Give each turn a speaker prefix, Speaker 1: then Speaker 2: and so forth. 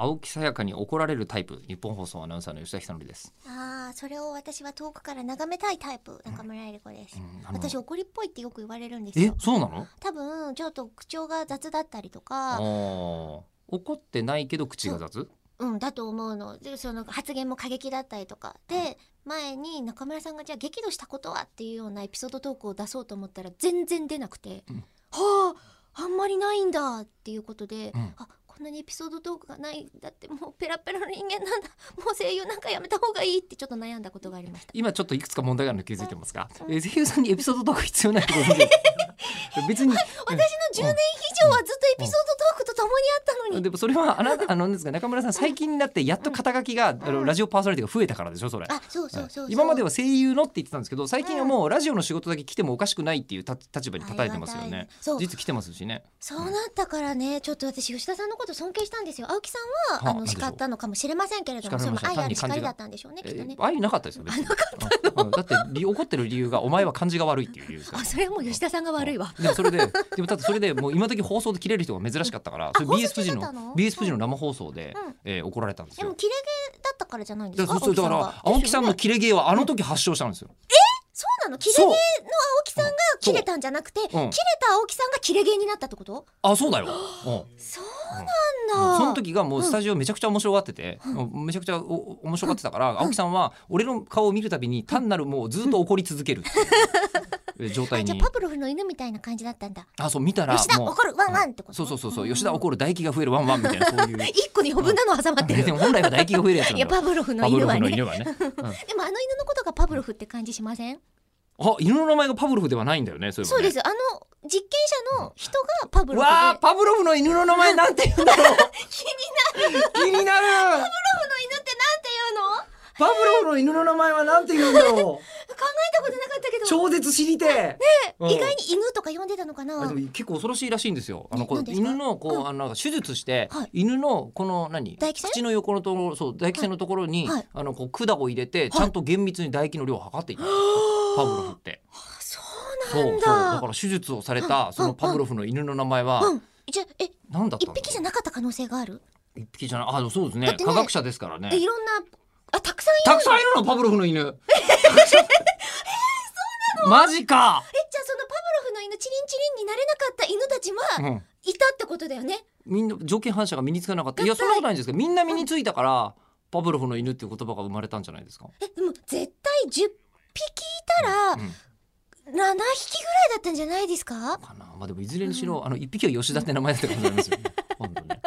Speaker 1: 青木さやかに怒られるタイプ日本放送アナウンサーの吉田久典です、
Speaker 2: ああそれを私は遠くから眺めたいタイプ中村えり子です、
Speaker 1: うんあの
Speaker 2: 私怒りっぽいってよく言われるんです
Speaker 1: え
Speaker 2: よ
Speaker 1: そうなの
Speaker 2: 多分ちょっと口調が雑だったりと
Speaker 1: あ
Speaker 2: か
Speaker 1: ー怒ってないけど口が雑
Speaker 2: うんだと思うのでその発言も過激だったりとかで前に中村さんがじゃあ激怒したことはっていうようなエピソードトークを出そうと思ったら全然出なくて、
Speaker 1: うん
Speaker 2: はああんまりないんだっていうことで、
Speaker 1: うん
Speaker 2: あこんなにエピソードトークがないんだってもうペラペラの人間なんだもう声優なんかやめた方がいいってちょっと悩んだことがありました。
Speaker 1: 今ちょっといくつか問題があるの気づいてますか、え声優さんにエピソードトーク必要ないと思うんです 別に
Speaker 2: 私の10年以上はずっとエピソードトークと共にあったのに、
Speaker 1: でもそれはあなたあのなんですか中村さん最近になってやっと肩書きが、あのラジオパーソナリティが増えたからでしょそれ
Speaker 2: あそうそうそうそう、
Speaker 1: 今まで
Speaker 2: は
Speaker 1: は声優のって言ってたんですけど最近はもうラジオの仕事だけ来てもおかしくないっていうた立場に叩いてますよね
Speaker 2: そう
Speaker 1: 実来てますしね
Speaker 2: そうなったからねちょっと私吉田さんのこと尊敬したんですよ青木さん
Speaker 1: は
Speaker 2: はあ
Speaker 1: なん
Speaker 2: の
Speaker 1: でしょう
Speaker 2: 叱ったのかもしれませんけれ
Speaker 1: 叱
Speaker 2: ども
Speaker 1: ら
Speaker 2: そ
Speaker 1: れま
Speaker 2: の
Speaker 1: した
Speaker 2: 愛あ
Speaker 1: 単
Speaker 2: る
Speaker 1: に漢
Speaker 2: 叱
Speaker 1: 字
Speaker 2: り
Speaker 1: が
Speaker 2: だったんでしょうねきっとね
Speaker 1: え、ー愛なかったですよ別にうんだってり怒ってる理由がお前は漢字が悪いっていう理由ですから
Speaker 2: あそれはもう吉田さんが悪いわ、
Speaker 1: でもそれででもだってそれでもう今時放送で切れる人が珍しかったからそれ
Speaker 2: 放送
Speaker 1: BS 富士
Speaker 2: 切れた
Speaker 1: の
Speaker 2: の
Speaker 1: BS 富士の生放送で、
Speaker 2: うん
Speaker 1: えー怒られたんです
Speaker 2: でも
Speaker 1: よ。
Speaker 2: 切れ毛だったからじゃないんで
Speaker 1: だ
Speaker 2: す
Speaker 1: か
Speaker 2: から
Speaker 1: そうそうだから青木さんの
Speaker 2: ですよね
Speaker 1: 切れ芸はあの時発祥したんですよ。
Speaker 2: そうなの切れ毛
Speaker 1: そう
Speaker 2: の青木さんが切れたんじゃなくて、切
Speaker 1: う
Speaker 2: れ
Speaker 1: ん
Speaker 2: た青木さんが切れ毛になったってこと
Speaker 1: あそうだよ。うん
Speaker 2: そう
Speaker 1: うん
Speaker 2: なんだ、
Speaker 1: その時がもうスタジオめちゃくちゃ面白がってて、めちゃくちゃお面白がってたから、青木さんは俺の顔を見るたびに単なるもうずっと怒り続けるっていう状態
Speaker 2: あじゃあ
Speaker 1: に
Speaker 2: パブロフの犬みたいな感じだったんだ
Speaker 1: あそう見たら
Speaker 2: 吉田
Speaker 1: もう
Speaker 2: 怒るワンワンってこと
Speaker 1: そうそうそうそう
Speaker 2: うん
Speaker 1: 吉田怒る唾液が増えるワンワンみたいなそういう
Speaker 2: 一個に余分なの挟まってる
Speaker 1: でも本来は唾液が増えるやつなん
Speaker 2: い
Speaker 1: だ
Speaker 2: や
Speaker 1: よ
Speaker 2: パブロフの
Speaker 1: パブ
Speaker 2: 犬
Speaker 1: ロ
Speaker 2: は
Speaker 1: フの
Speaker 2: ねで
Speaker 1: 犬
Speaker 2: も
Speaker 1: は ね。
Speaker 2: あの犬のことがパブロフって感じしません
Speaker 1: あ犬の名前がパブロフではないんだよねそれ
Speaker 2: そうですあの実験者の人がパブロフで
Speaker 1: わあ
Speaker 2: パ
Speaker 1: パブロフの犬の名前なんて言うんだ ろう気になる気になる
Speaker 2: ブロフの犬ってなんていうの
Speaker 1: パブロフの犬の名前はなんて言うんだ ろう
Speaker 2: 考えたことなかったけど
Speaker 1: 超絶知りてえ、うん
Speaker 2: 意外に犬とか呼んでたのかな
Speaker 1: あでも結構恐ろしいらしいんですよ。あのこ
Speaker 2: な
Speaker 1: うん
Speaker 2: ですか
Speaker 1: 犬のこう、
Speaker 2: うん
Speaker 1: あのなんか手術して、
Speaker 2: はい
Speaker 1: 犬のこの何
Speaker 2: 唾液腺
Speaker 1: 口の横のところそう唾液腺のところに、
Speaker 2: はい
Speaker 1: あのこう管を入れて、ちゃんと厳密に唾液の量を測っていたんですよパブロフって。
Speaker 2: そう
Speaker 1: そう
Speaker 2: な
Speaker 1: そ
Speaker 2: ん
Speaker 1: うだ
Speaker 2: だ
Speaker 1: から手術をされたそのパブロフの犬の名前は
Speaker 2: うんじゃあえ
Speaker 1: 何だった
Speaker 2: 一
Speaker 1: んだろ
Speaker 2: 匹じゃなかった可能性がある
Speaker 1: う。一匹じゃない。あでもそうですね
Speaker 2: だってね
Speaker 1: 科学者ですからね
Speaker 2: で。いろんなあたくさんいる
Speaker 1: たくさんいるのパブロフの犬。たくさんマジか。
Speaker 2: えじゃあそのパブロフの犬チリンチリンになれなかった犬たち
Speaker 1: う
Speaker 2: は
Speaker 1: ん。
Speaker 2: いたってことだよね
Speaker 1: みんな条件反射が身につかなかったいや
Speaker 2: 合体
Speaker 1: そんなことないんですけどみんな身についたから、パブロフの犬っていう言葉が生まれたんじゃないですか、
Speaker 2: えでも絶対10匹いたら
Speaker 1: うん
Speaker 2: 7匹ぐらいだったんじゃないです か
Speaker 1: かなまあでもいずれにしろ、あの一匹は吉田って名前だったかもしれないですよね本当ね